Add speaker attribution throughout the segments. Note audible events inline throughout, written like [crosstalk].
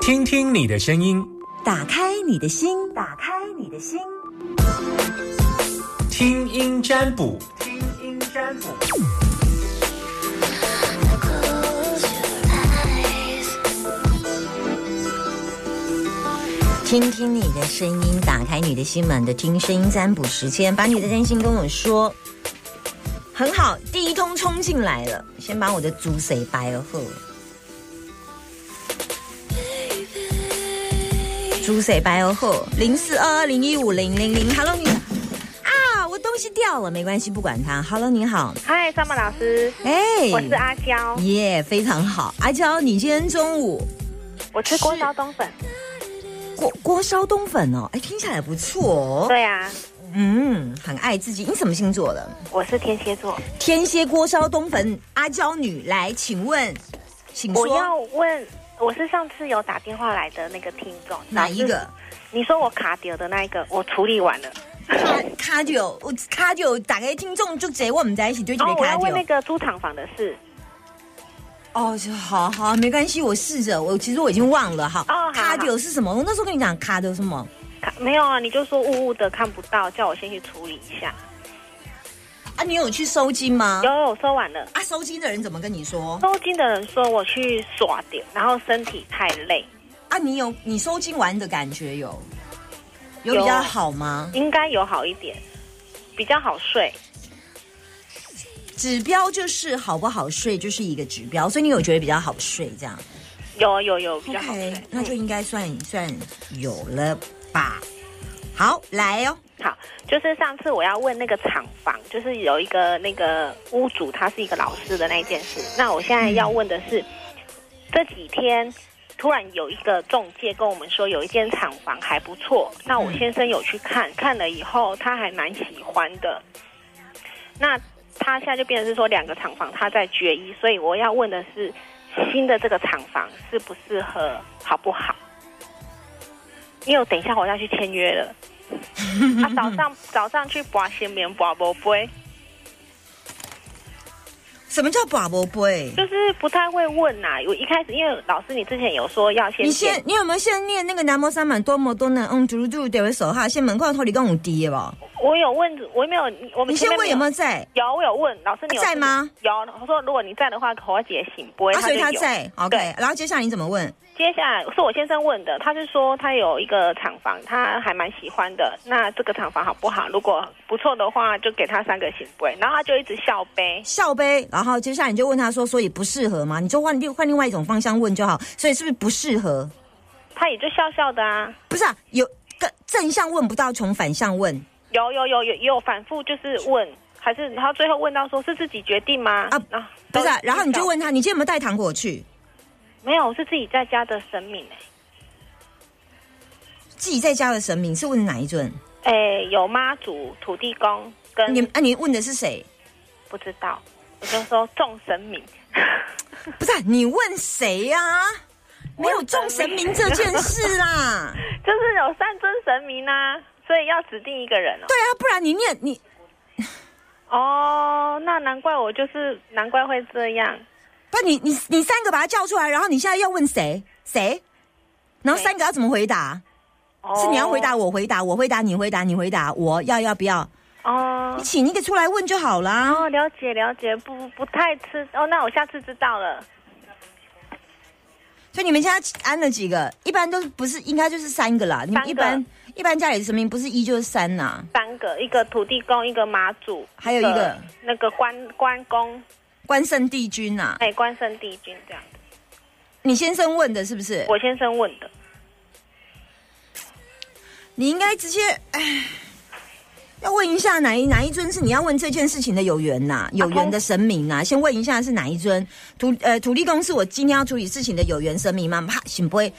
Speaker 1: 听听你的声音，
Speaker 2: 打开你的心，打开你的心，
Speaker 1: 听音占卜，听音占卜。
Speaker 2: 听听你的声音，打开你的心门的听声音占卜时间，把你的真心跟我说。很好，第一通冲进来了，先把我的猪谁白了后。猪谁白了后，零四二二零一五零零零，Hello 你啊，我东西掉了，没关系，不管它。Hello 你好，
Speaker 3: 嗨，萨姆老师，
Speaker 2: 哎、
Speaker 3: 我是阿娇，
Speaker 2: 耶非常好。阿娇，你今天中午
Speaker 3: 我吃锅烧冬粉。
Speaker 2: 锅锅烧冬粉哦，哎，听起来不错哦。
Speaker 3: 对啊，
Speaker 2: 嗯，很爱自己。你什么星座的？
Speaker 3: 我是天蝎座。
Speaker 2: 天蝎锅烧冬粉，阿娇女来，请问，请
Speaker 3: 我要
Speaker 2: 说
Speaker 3: 问，我是上次有打电话来的那个听众，
Speaker 2: 哪一
Speaker 3: [laughs]
Speaker 2: 个？？
Speaker 3: 你说我卡丢的那一个，我处理完了。
Speaker 2: 卡卡九，我卡九打给听众就接我们在一起对这
Speaker 3: 然
Speaker 2: 个
Speaker 3: 哦后我
Speaker 2: 卡
Speaker 3: 要问那
Speaker 2: 九。
Speaker 3: 个租厂房的事。
Speaker 2: 哦，就好好，没关系，我试着。我其实我已经忘了哈。
Speaker 3: 哦好
Speaker 2: 卡九是什么？我那时候跟你讲卡九什么？
Speaker 3: 卡没有啊，你就说雾雾的看不到，叫我先去处理一下。
Speaker 2: 啊，你有去收金吗？
Speaker 3: 有有收完了，
Speaker 2: 啊，收金的人怎么跟你说？
Speaker 3: 收金的人说我去耍点，然后身体太累，
Speaker 2: 啊，你有你收金完的感觉有，有
Speaker 3: 有
Speaker 2: 比较好吗？
Speaker 3: 应该有好一点，比较好睡。
Speaker 2: 指标就是好不好睡，就是一个指标，所以你有觉得比较好睡这样
Speaker 3: 有有有，比较好睡。嗯
Speaker 2: ？OK，那就应该算算有了吧。好，来哦，
Speaker 3: 好，就是上次我要问那个厂房，就是有一个那个屋主，他是一个老师的那一件事。那我现在要问的是，这几天突然有一个中介跟我们说有一间厂房还不错，那我先生有去看，看了以后他还蛮喜欢的。那他现在就变成是说两个厂房他在决一，所以我要问的是，新的这个厂房适不适合，好不好？因为我等一下我要去签约了。
Speaker 2: 嗯
Speaker 3: 啊，早上早上去拔新棉拔不杯，
Speaker 2: 什么叫宝宝杯？
Speaker 3: 就是不太会问呐、我一开始因为老师你之前有说要先
Speaker 2: 你先，你有没有先念那个南无三满多么多呢？嗯，嘟嘟嘟，得为手哈，先门口头里跟我低吧。
Speaker 3: 我有问，我没有，我们
Speaker 2: 你先
Speaker 3: 前面
Speaker 2: 问有没有在？
Speaker 3: 有，我有问老师你有
Speaker 2: 在吗？
Speaker 3: 有，我说如果你在的话，我姐醒不会，
Speaker 2: 啊，所以
Speaker 3: 就
Speaker 2: 他
Speaker 3: 有。
Speaker 2: 在，OK。然后接下来你怎么问？
Speaker 3: 接下来是我先生问的，他是说他有一个厂房，他还蛮喜欢的。那这个厂房好不好？如果不错的话，就给他三个醒杯。然后他就一直笑呗。
Speaker 2: 笑呗，然后接下来你就问他说，所以不适合吗？你就换另换另外一种方向问就好。所以是不是不适合？
Speaker 3: 他也就笑笑的啊。
Speaker 2: 不是啊，有个正向问不到，从反向问
Speaker 3: 有有有有也有反复就是问，还是然后最后问到说是自己决定吗？
Speaker 2: 啊
Speaker 3: 啊
Speaker 2: 不是、啊
Speaker 3: 都？
Speaker 2: 然后你就问他，你今天有没有带糖果去？
Speaker 3: 没有，是自己在家的神明
Speaker 2: 自己在家的神明是问哪一尊？
Speaker 3: 哎、哎有妈祖、土地公跟
Speaker 2: 你啊，你问的是谁？
Speaker 3: 不知道，我就说众神明， [laughs]
Speaker 2: 不是啊、你问谁呀、啊？没有众神明这件事啦。
Speaker 3: 就是有 [laughs] 三尊神明啊，所以要指定一个人哦。
Speaker 2: 对啊，不然你念你
Speaker 3: 哦，那难怪我就是难怪会这样。
Speaker 2: 不你你你三个把他叫出来，然后你现在要问谁谁，然后三个要怎么回答？
Speaker 3: 哦、
Speaker 2: 是你要回答我回答我回答你回答你回答我要要不要？
Speaker 3: 哦
Speaker 2: 你。请一个出来问就好啦。
Speaker 3: 哦，了解了解，不不不太吃哦，那我下次知道了。
Speaker 2: 所以你们现在安了几个？一般都是不是应该就是三个啦？你
Speaker 3: 三
Speaker 2: 们
Speaker 3: 个
Speaker 2: 一般一般家里神明不是一就是三呐、
Speaker 3: 三个，一个土地公，一个妈祖，
Speaker 2: 还有一个
Speaker 3: 那个关关公，
Speaker 2: 关圣帝君呐、
Speaker 3: 哎，关圣帝君这样。
Speaker 2: 你先生问的是不是？
Speaker 3: 我先生问的，
Speaker 2: 你应该直接哎。要问一下哪一哪一尊是你要问这件事情的有缘呐、有缘的神明呐、先问一下是哪一尊土呃土地公是我今天要处理事情的有缘神明吗？哈，行不会。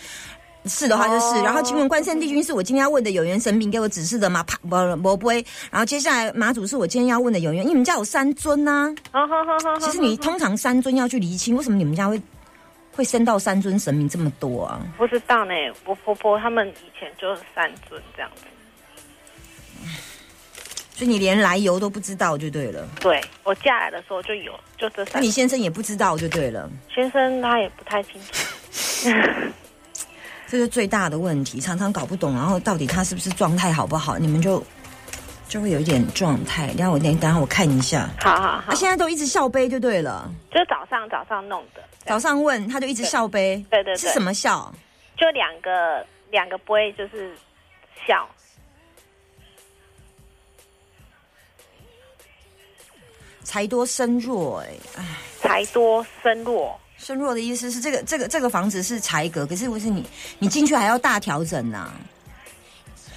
Speaker 2: 是的话就是，
Speaker 3: 哦
Speaker 2: 然后请问关圣帝君是我今天要问的有缘神明给我指示的吗？啪，不不不会。然后接下来马祖是我今天要问的有缘，因为你们家有三尊呐、
Speaker 3: 哦呵呵呵呵
Speaker 2: 其实你通常三尊要去厘清，为什么你们家会会升到三尊神明这么多啊？
Speaker 3: 不知道呢，我婆婆他们以前就是三尊这样子，
Speaker 2: 所以你连来由都不知道就对了。
Speaker 3: 对我嫁来的时候就有，就这
Speaker 2: 那
Speaker 3: 三
Speaker 2: 你。先生也不知道就对了。
Speaker 3: 先生他也不太清楚，
Speaker 2: 这是最大的问题，常常搞不懂，然后到底他是不是状态好不好，你们就就会有一点状态。然后我等等下我看一下，
Speaker 3: 好好好
Speaker 2: 啊，，现在都一直笑杯就对了。
Speaker 3: 就是早上早上弄的，对
Speaker 2: 早上问他就一直笑杯，
Speaker 3: 对对对
Speaker 2: 是什么笑？
Speaker 3: 就两个两个不会就是笑，
Speaker 2: 才多身弱哎、哎
Speaker 3: 财多身弱，
Speaker 2: 身弱的意思是这个这个这个房子是裁格，可是不是你你进去还要大调整呐、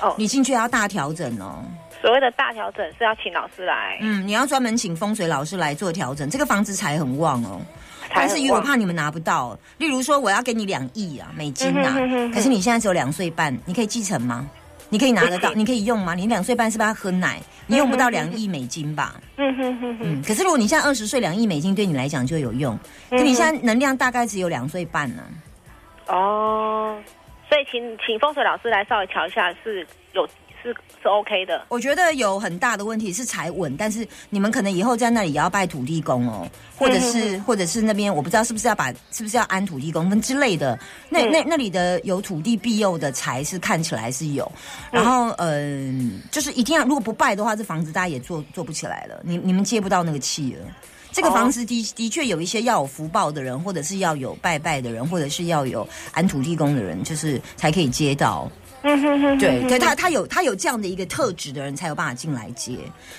Speaker 3: 哦
Speaker 2: 你进去还要大调整哦。
Speaker 3: 所谓的大调整是要请老师来，
Speaker 2: 嗯，你要专门请风水老师来做调整，这个房子财很旺哦。
Speaker 3: 才
Speaker 2: 但是
Speaker 3: 很
Speaker 2: 因为我
Speaker 3: 旺
Speaker 2: 怕你们拿不到，例如说我要给你两亿啊美金啊
Speaker 3: 嗯哼哼哼，哼
Speaker 2: 可是你现在只有两岁半，你可以继承吗？你可以拿得到，
Speaker 3: [laughs] 不行
Speaker 2: 你可以用吗？你两岁半是不是要喝奶？你用不到两亿美金吧？
Speaker 3: 嗯嗯哼哼哼，
Speaker 2: 嗯，可是如果你现在二十岁，两亿美金对你来讲就有用。可你现在能量大概只有两岁半呢、
Speaker 3: 哦，所以请请风水老师来稍微瞧一下是有是是 OK 的，
Speaker 2: 我觉得有很大的问题是财稳，但是你们可能以后在那里也要拜土地公哦，或者是或者是那边我不知道是不是要把是不是要安土地公跟之类的。那那那里的有土地庇佑的财是看起来是有，然后嗯、就是一定要如果不拜的话，这房子大家也做做不起来了，你你们接不到那个气了。这个房子的的确有一些要有福报的人，或者是要有拜拜的人，或者是要有安土地公的人，就是才可以接到。
Speaker 3: 嗯哼哼，
Speaker 2: 对对，他他有他有这样的一个特质的人才有办法进来接。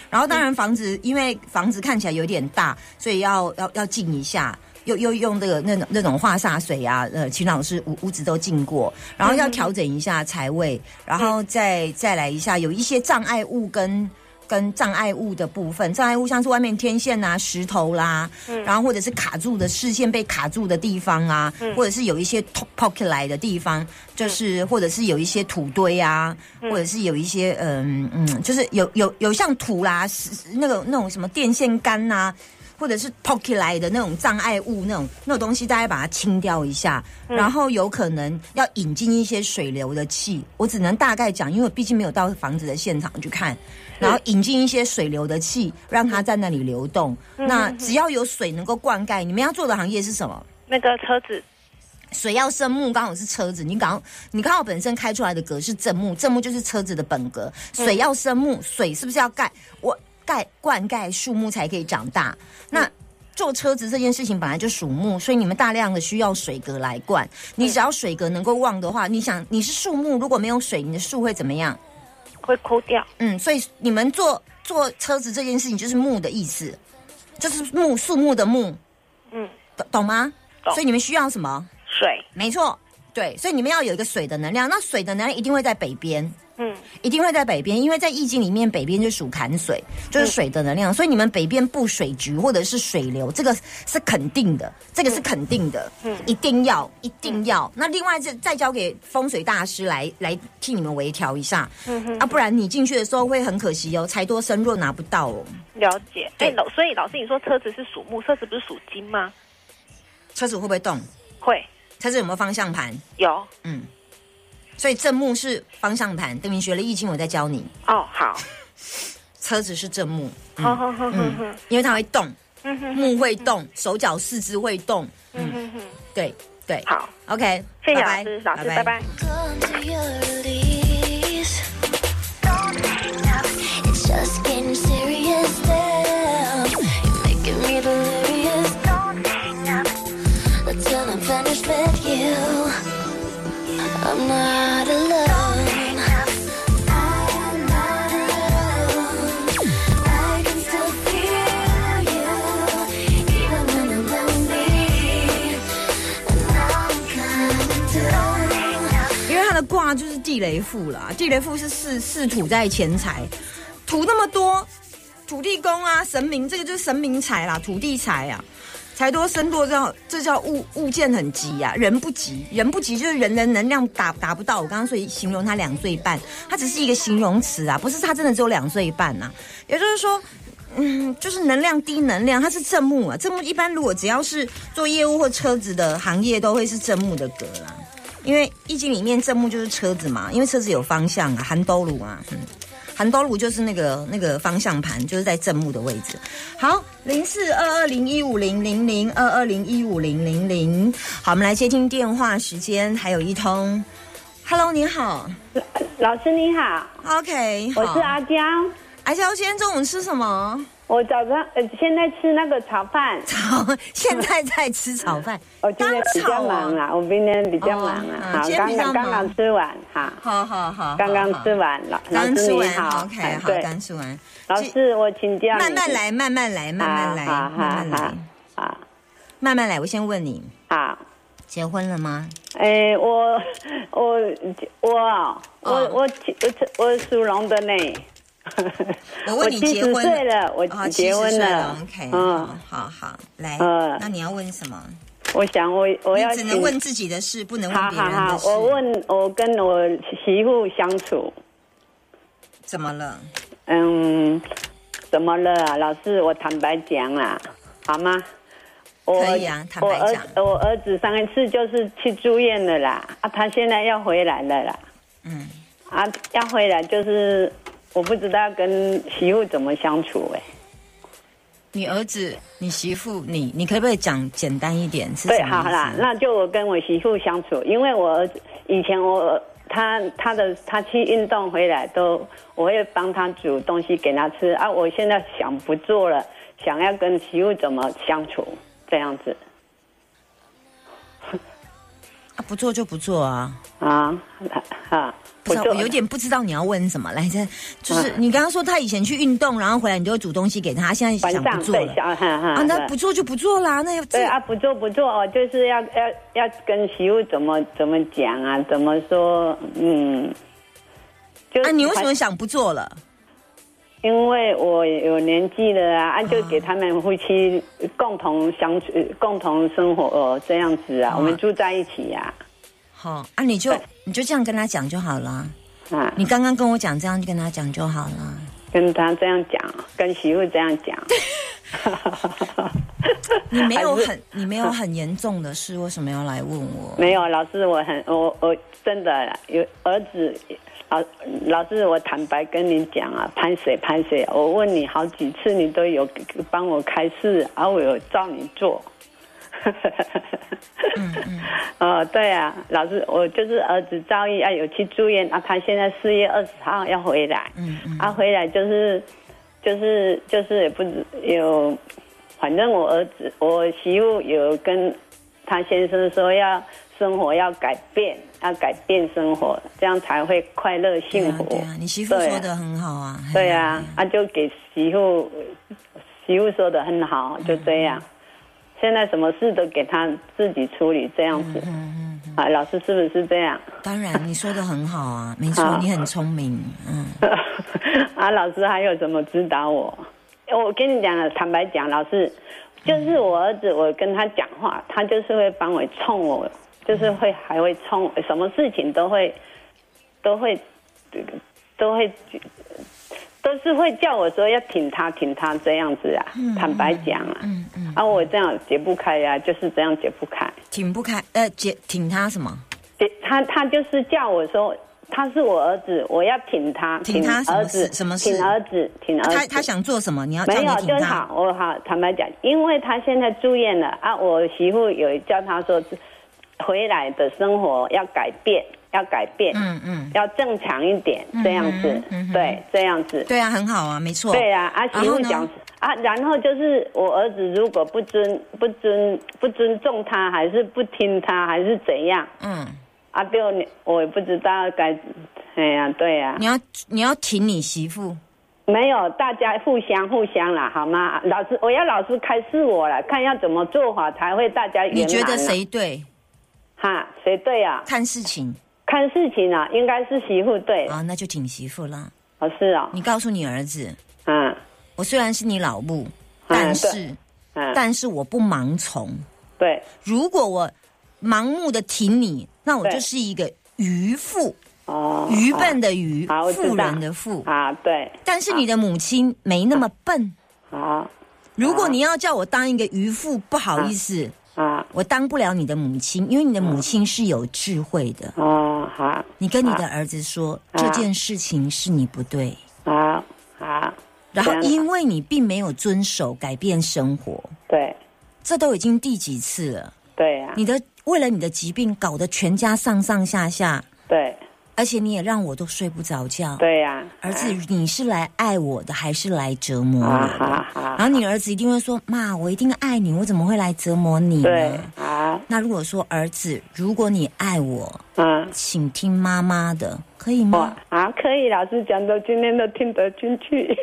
Speaker 2: 然后当
Speaker 3: 嗯
Speaker 2: 然房子，因为房子看起来有点大，所以要要要静一下。又又用这个那种那种化煞水啊，呃，秦老师屋屋子都进过，然
Speaker 3: 嗯
Speaker 2: 后要调整一下财位，然后再再来一下有一些障碍物跟跟障碍物的部分，障碍物像是外面天线啊、石头啦，然后或者是卡住的视线被卡住的地方啊，或者是有一些 to- pocket 来的地方，就是或者是有一些土堆啊，或者是有一些嗯嗯，就是有有有像土啦，是那个那种什么电线杆啊呐、或者是 pocket 来的那种障碍物，那种那种东西，大家把它清掉一下，然后有可能要引进一些水流的气。我只能大概讲，因为我毕竟没有到房子的现场去看。然后引进一些水流的气，让它在那里流动。那只要有水能够灌溉，你们要做的行业是什么？
Speaker 3: 那个车子，
Speaker 2: 水要生木，刚好是车子。你刚好你刚好本身开出来的格是正木，正木就是车子的本格。水要生木，水是不是要盖我盖灌溉树木才可以长大？那做车子这件事情本来就属木，所以你们大量的需要水格来灌。你只要水格能够旺的话，你想你是树木，如果没有水，你的树会怎么样？
Speaker 3: 会抠掉，
Speaker 2: 嗯，所以你们做做车子这件事情就是木的意思，就是木树木的木，
Speaker 3: 嗯，
Speaker 2: 懂懂吗？
Speaker 3: 懂
Speaker 2: 所以你们需要什么？
Speaker 3: 水，
Speaker 2: 没错，对，所以你们要有一个水的能量，那水的能量一定会在北边。
Speaker 3: 嗯，
Speaker 2: 一定会在北边，因为在易经里面，北边就属坎水，就是水的能量，所以你们北边布水局或者是水流，这个是肯定的，这个是肯定的，嗯，一定要，一定要。那另外再再交给风水大师来来替你们微调一下，嗯啊，不然你进去的时候会很可惜哦，财多身弱拿不到哦。
Speaker 3: 了解。
Speaker 2: 对
Speaker 3: 哎，老，所以老师你说车子是属木，车子不是属金吗？
Speaker 2: 车子会不会动？
Speaker 3: 会
Speaker 2: 车子有没有方向盘？
Speaker 3: 有
Speaker 2: 嗯，所以正木是方向盘，等你学了易经，我再教你。
Speaker 3: 哦，好，
Speaker 2: 车子是正木，
Speaker 3: 好好好好好
Speaker 2: 嗯，，因为它会动，
Speaker 3: 嗯哼
Speaker 2: 木会动，手脚四肢会动，
Speaker 3: 嗯哼哼，
Speaker 2: 对对
Speaker 3: 好，
Speaker 2: ，OK，
Speaker 3: 谢谢老
Speaker 2: 拜拜
Speaker 3: 师，老师，拜拜。
Speaker 4: Come to your release. Don't hang up. It's just getting serious now. You're making me delirious. Don't hang up. Until I'm finished with you. I'm not alone. I'm not alone. I can still feel you, even when I'm lonely. And I'm coming through.
Speaker 2: 因为它的卦就是地雷符啦，地雷符是四四土在钱财，土那么多，土地公啊，神明这个就是神明财啦，土地财啊，财多身多这叫这叫物物件很急呀、啊，人不急，人不急就是人的能量达达不到。我刚刚所以形容他两岁半，它只是一个形容词啊，不是他真的只有两岁半啊，也就是说。嗯，就是能量低能量，它是正木啊。正木一般如果只要是做业务或车子的行业，都会是正木的格啦。因为易经里面正木就是车子嘛，因为车子有方向啊，含兜鲁啊。嗯韩多路就是那个那个方向盘，就是在正目的位置。好，零四二二零一五零零零二二零一五零零零。好，我们来接听电话时间，还有一通。Hello，你好。
Speaker 5: 老师你好，
Speaker 2: OK，好
Speaker 5: 我是。啊阿娇。
Speaker 2: 阿娇，今天中午吃什么？
Speaker 5: 我早上呃，现在吃那个炒饭，
Speaker 2: 好，现在在吃炒饭。
Speaker 5: [laughs] 我今天比较忙
Speaker 2: 啊。
Speaker 5: 啊，我今天比较忙
Speaker 2: 哦
Speaker 5: 啊
Speaker 2: 嗯，
Speaker 5: 好，
Speaker 2: 今天比较忙
Speaker 5: 刚刚刚刚吃完哈，
Speaker 2: 好好好，
Speaker 5: 刚刚吃
Speaker 2: 完，
Speaker 5: 完，老老
Speaker 2: 刚
Speaker 5: 师
Speaker 2: 吃
Speaker 5: 你
Speaker 2: 完。
Speaker 5: 好
Speaker 2: OK，
Speaker 5: 哎
Speaker 2: 好，
Speaker 5: 对，
Speaker 2: 刚吃完。
Speaker 5: 老师我请教你啊
Speaker 2: 慢慢，来，慢慢来，慢慢来，
Speaker 5: 好
Speaker 2: 慢慢
Speaker 5: 好
Speaker 2: 来，
Speaker 5: 好好
Speaker 2: 慢慢来。我先问你，
Speaker 5: 好，
Speaker 2: 结婚了吗？
Speaker 5: 哎，我我我啊我
Speaker 2: 哦
Speaker 5: 我我我属龙的呢。
Speaker 2: 我问你
Speaker 5: 七
Speaker 2: 结
Speaker 5: 十
Speaker 2: 婚
Speaker 5: 岁了，我
Speaker 2: 哦
Speaker 5: 结婚
Speaker 2: 70岁
Speaker 5: 了
Speaker 2: ，OK，
Speaker 5: 嗯
Speaker 2: 嗯，，好好来
Speaker 5: 嗯，
Speaker 2: 那你要问什么？
Speaker 5: 我想我我要
Speaker 2: 你只能
Speaker 5: 请
Speaker 2: 问自己的事，不能问
Speaker 5: 好
Speaker 2: 别
Speaker 5: 好
Speaker 2: 人
Speaker 5: 好
Speaker 2: 的，事。
Speaker 5: 我问我跟我媳妇相处，
Speaker 2: 怎么了？
Speaker 5: 嗯，怎么了啊、老师？我坦白讲啦、好吗？我
Speaker 2: 可以啊坦白
Speaker 5: 我儿
Speaker 2: 讲
Speaker 5: 我儿子上一次就是去住院了啦，啊，他现在要回来了啦，
Speaker 2: 嗯，
Speaker 5: 啊，要回来就是我不知道跟媳妇怎么相处哎、
Speaker 2: 你儿子、你媳妇、你，你可不可以讲简单一点？是
Speaker 5: 对，
Speaker 2: 什么意
Speaker 5: 好
Speaker 2: 思
Speaker 5: 啦，那就我跟我媳妇相处，因为我儿子以前我他他的他去运动回来都我会帮他煮东西给他吃啊，我现在想不做了，想要跟媳妇怎么相处这样子
Speaker 2: 啊不做就不做啊。
Speaker 5: 啊 [laughs] 啊，
Speaker 2: 不
Speaker 5: 不
Speaker 2: 是啊，
Speaker 5: 做嗯
Speaker 2: 我有点不知道你要问什么来着。就是你刚刚说他以前去运动，然后回来你就会煮东西给他，现在
Speaker 5: 晚
Speaker 2: 想
Speaker 5: 上
Speaker 2: 不做
Speaker 5: 对
Speaker 2: 了
Speaker 5: 小哈哈
Speaker 2: 啊？那
Speaker 5: 对
Speaker 2: 不做就不做啦，那要
Speaker 5: 对
Speaker 2: 这
Speaker 5: 啊，不做不做哦，就是要要要跟媳妇怎么怎么讲啊，怎么说嗯，就
Speaker 2: 啊，你为什
Speaker 5: 反
Speaker 2: 么想不做了？
Speaker 5: 因为我有年纪了啊，啊就给他们夫妻共同相处、呃共同生活、哦、这样子啊，
Speaker 2: 啊
Speaker 5: 我们住在一起呀、
Speaker 2: 好啊，你就
Speaker 5: 对
Speaker 2: 你就这样跟他讲就好了。
Speaker 5: 啊，
Speaker 2: 你刚刚跟我讲这样，就跟他讲就好了。
Speaker 5: 跟他这样讲，跟媳妇这样讲，
Speaker 2: 你没有
Speaker 5: 还
Speaker 2: 很你没有很严重的事，为什么要来问我？
Speaker 5: 没有老师，我很我我真的有儿子，老老师，我坦白跟你讲啊，拍谁拍谁，我问你好几次，你都有帮我开示，而、啊、我有照你做。
Speaker 2: 嗯嗯，
Speaker 5: [laughs] 哦，对啊，老师，我就是儿子赵毅啊，有去住院啊，他现在四月二十号要回来，
Speaker 2: 嗯嗯
Speaker 5: 啊，回来就是就是就是也不知有，反正我儿子我媳妇有跟他先生说要生活要改变，要改变生活，这样才会快乐
Speaker 2: 对
Speaker 5: 幸
Speaker 2: 啊
Speaker 5: 福。
Speaker 2: 对啊，你媳妇
Speaker 5: 对啊
Speaker 2: 说的很好啊。
Speaker 5: 对
Speaker 2: 嘿
Speaker 5: 啊，啊就给媳妇，媳妇说的很好，就这
Speaker 2: 嗯
Speaker 5: 样。现在什么事都给他自己处理，这样
Speaker 2: 嗯
Speaker 5: 子。啊，老师是不是这样？
Speaker 2: 当然你说的很好啊，没错，
Speaker 5: 好
Speaker 2: 你很聪明。嗯，
Speaker 5: [laughs] 啊，老师还有什么指导我？我跟你讲了，坦白讲，老师，就是我儿子，我跟他讲话，他就是会帮我冲我，就是会还会冲，什么事情都会，都会，都会，都是会叫我说要挺他，挺他这样子啊。坦白讲啊，
Speaker 2: 嗯嗯，
Speaker 5: 啊，我这样解不开呀、就是这样解不开。
Speaker 2: 挺不开，呃，姐挺他什么？
Speaker 5: 解他他就是叫我说。他是我儿子，我要挺他，
Speaker 2: 挺他什么
Speaker 5: 儿子
Speaker 2: 事，什么事
Speaker 5: 挺儿子，挺儿
Speaker 2: 啊
Speaker 5: 子。
Speaker 2: 他他想做什么？你要叫
Speaker 5: 呃没有，
Speaker 2: 你
Speaker 5: 就
Speaker 2: 挺
Speaker 5: 是
Speaker 2: 他
Speaker 5: 好，。我好坦白讲，因为他现在住院了啊，我媳妇有叫他说，回来的生活要改变，要改变，
Speaker 2: 嗯嗯，
Speaker 5: 要正常一点，这样子，
Speaker 2: 嗯哼
Speaker 5: 对，这样子，
Speaker 2: 对啊，很好啊，没错。
Speaker 5: 对呀、啊，
Speaker 2: 然
Speaker 5: 媳
Speaker 2: 后
Speaker 5: 妇
Speaker 2: 呢
Speaker 5: 讲啊，然后就是我儿子如果不尊不尊不尊重他，还是不听他，还是怎样
Speaker 2: 嗯，
Speaker 5: 啊？就你我也不知道该，哎呀、对呀、
Speaker 2: 你要你要挺你媳妇。
Speaker 5: 没有，大家互相互相啦，好吗？老师，我要老师开示我了，看要怎么做法才会大家圆
Speaker 2: 你
Speaker 5: 满、啊。
Speaker 2: 觉得？谁对？
Speaker 5: 哈，谁对啊？
Speaker 2: 看事情
Speaker 5: 看事情啊，应该是媳妇对，
Speaker 2: 啊，那就挺媳妇啦。
Speaker 5: 哦是哦，
Speaker 2: 你告诉你儿子，
Speaker 5: 嗯
Speaker 2: 我虽然是你老母，
Speaker 5: 嗯
Speaker 2: 但是、
Speaker 5: 对嗯，
Speaker 2: 但是我不盲从。
Speaker 5: 对
Speaker 2: 如果我盲目的挺你，那我
Speaker 5: 对
Speaker 2: 就是一个愚妇，
Speaker 5: 哦，
Speaker 2: 愚笨的愚
Speaker 5: 好，我，知道
Speaker 2: 妇人的妇。
Speaker 5: 啊，对，
Speaker 2: 但是你的母亲没那么笨。
Speaker 5: 啊
Speaker 2: 如果你要叫我当一个渔夫，不好意思，
Speaker 5: 啊
Speaker 2: 我当不了你的母亲，因为你的母亲是有智慧的。
Speaker 5: 哦，好
Speaker 2: 你跟你的儿子说，
Speaker 5: 啊
Speaker 2: 这件事情是你不对，
Speaker 5: 啊
Speaker 2: 然后
Speaker 5: 对啊
Speaker 2: 因为你并没有遵守改变生活，
Speaker 5: 对
Speaker 2: 这都已经第几次了？
Speaker 5: 对呀、
Speaker 2: 你的为了你的疾病搞得全家上上下下，
Speaker 5: 对
Speaker 2: 而且你也让我都睡不着觉。
Speaker 5: 对呀、
Speaker 2: 儿子，你是来爱我的，还是来折磨
Speaker 5: 啊
Speaker 2: 我的？
Speaker 5: 哈哈，
Speaker 2: 然后你儿子一定会说：“妈，我一定爱你，我怎么会来折磨你
Speaker 5: 对
Speaker 2: 呢
Speaker 5: 啊？”
Speaker 2: 那如果说儿子，如果你爱我，
Speaker 5: 嗯。
Speaker 2: 请听妈妈的，可以
Speaker 5: 哇
Speaker 2: 吗？
Speaker 5: 啊，可以，老师讲的今天都听得进去，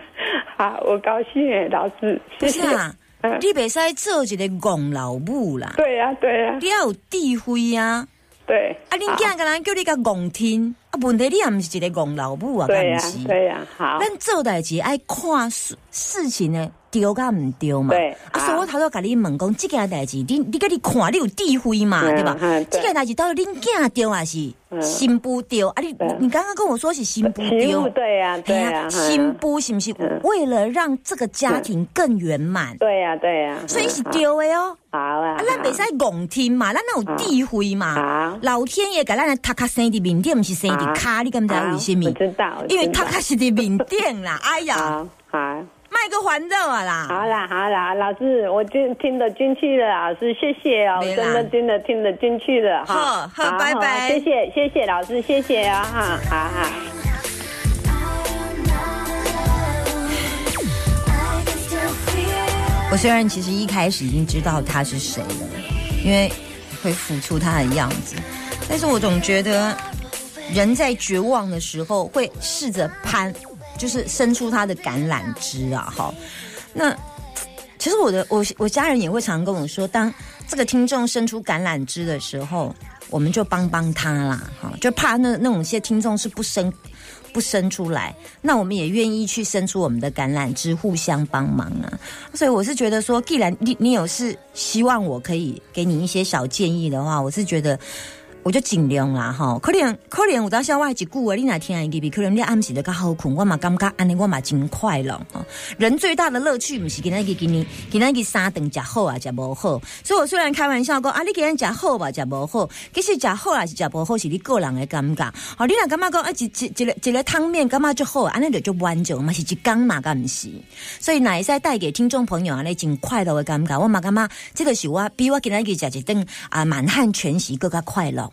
Speaker 5: [laughs] 好，我高兴耶，老师，
Speaker 2: 不
Speaker 5: 谢谢
Speaker 2: 是。啊，
Speaker 5: 嗯
Speaker 2: 你别使做一个戆老母啦，
Speaker 5: [laughs] 对呀、对呀、
Speaker 2: 你要有智慧啊！
Speaker 5: 对。
Speaker 2: 啊，恁囝个人叫你甲戆听，啊，问题你也毋是一个戆老母啊，
Speaker 5: 好对
Speaker 2: 敢
Speaker 5: 呀、
Speaker 2: 毋是？
Speaker 5: 对呀、好，
Speaker 2: 咱做代志爱看事事情呢，对甲毋对嘛？
Speaker 5: 对
Speaker 2: 啊，
Speaker 5: 啊
Speaker 2: 所以我头拄甲你问讲，即件代志，你你甲你看，你有智慧嘛，
Speaker 5: 嗯
Speaker 2: 对吧
Speaker 5: 嗯？
Speaker 2: 即
Speaker 5: 对
Speaker 2: 件代志到底恁囝对还是
Speaker 5: 嗯
Speaker 2: 新妇对？啊，你
Speaker 5: 对
Speaker 2: 你刚刚跟我说是新妇
Speaker 5: 媳妇
Speaker 2: 对，
Speaker 5: 对呀、对
Speaker 2: 嘿
Speaker 5: 呀、
Speaker 2: 啊
Speaker 5: 嗯
Speaker 2: 新妇是不是
Speaker 5: 嗯
Speaker 2: 为了让这个家庭更圆满？
Speaker 5: 对呀、对呀、
Speaker 2: 所以是
Speaker 5: 嗯
Speaker 2: 对的哦，
Speaker 5: 好啊，
Speaker 2: 啊，咱袂使戆听嘛，咱哪有智慧嘛
Speaker 5: 啊？
Speaker 2: 老天爷给咱的头壳生伫面顶，毋是生伫骹，你敢知
Speaker 5: 好
Speaker 2: 为什么
Speaker 5: 嗯我？知道，我知
Speaker 2: 因为
Speaker 5: 道
Speaker 2: 头壳是伫面顶啦，哎呀！
Speaker 5: 好好
Speaker 2: 卖个环绕啊啦！
Speaker 5: 好啦好啦，老师，我就听得进去了，老师，谢谢哦，
Speaker 2: 没
Speaker 5: 真
Speaker 2: 啦
Speaker 5: 的真的听得进去了
Speaker 2: 好
Speaker 5: 哈，
Speaker 2: 好拜拜
Speaker 5: 谢谢谢谢老师，谢谢啊、哈，好好。
Speaker 4: I can still feel
Speaker 2: 我虽然其实一开始已经知道他是谁了，因为会浮出他的样子，但是我总觉得人在绝望的时候会试着攀，就是伸出他的橄榄枝啊！哈，那其实我的我我家人也会常跟我说，当这个听众伸出橄榄枝的时候，我们就帮帮他啦，哈，就怕那那种些听众是不伸不伸出来，那我们也愿意去伸出我们的橄榄枝，互相帮忙啊。所以我是觉得说，既然你你有是希望我可以给你一些小建议的话，我是觉得。我就尽量啦，吼，可能可能有当时我还一句话，你若听会入去，可能你暗时就较好困，我嘛感觉安尼，我嘛真快乐吼。人最大的乐趣，毋是今仔日今日今仔日三顿食好啊，食无好。所以我虽然开玩笑讲啊，你今日食好吧，食无好，其实食好还是食无好，是你个人的感觉。吼，你若感觉讲啊，一一一个一个汤面感觉就好，安尼就就完整嘛，是一工嘛，敢毋是？所以哪会使带给听众朋友安尼真啊快乐的感觉，我嘛感觉这个是我比我今仔日食一顿啊满汉全席更加快乐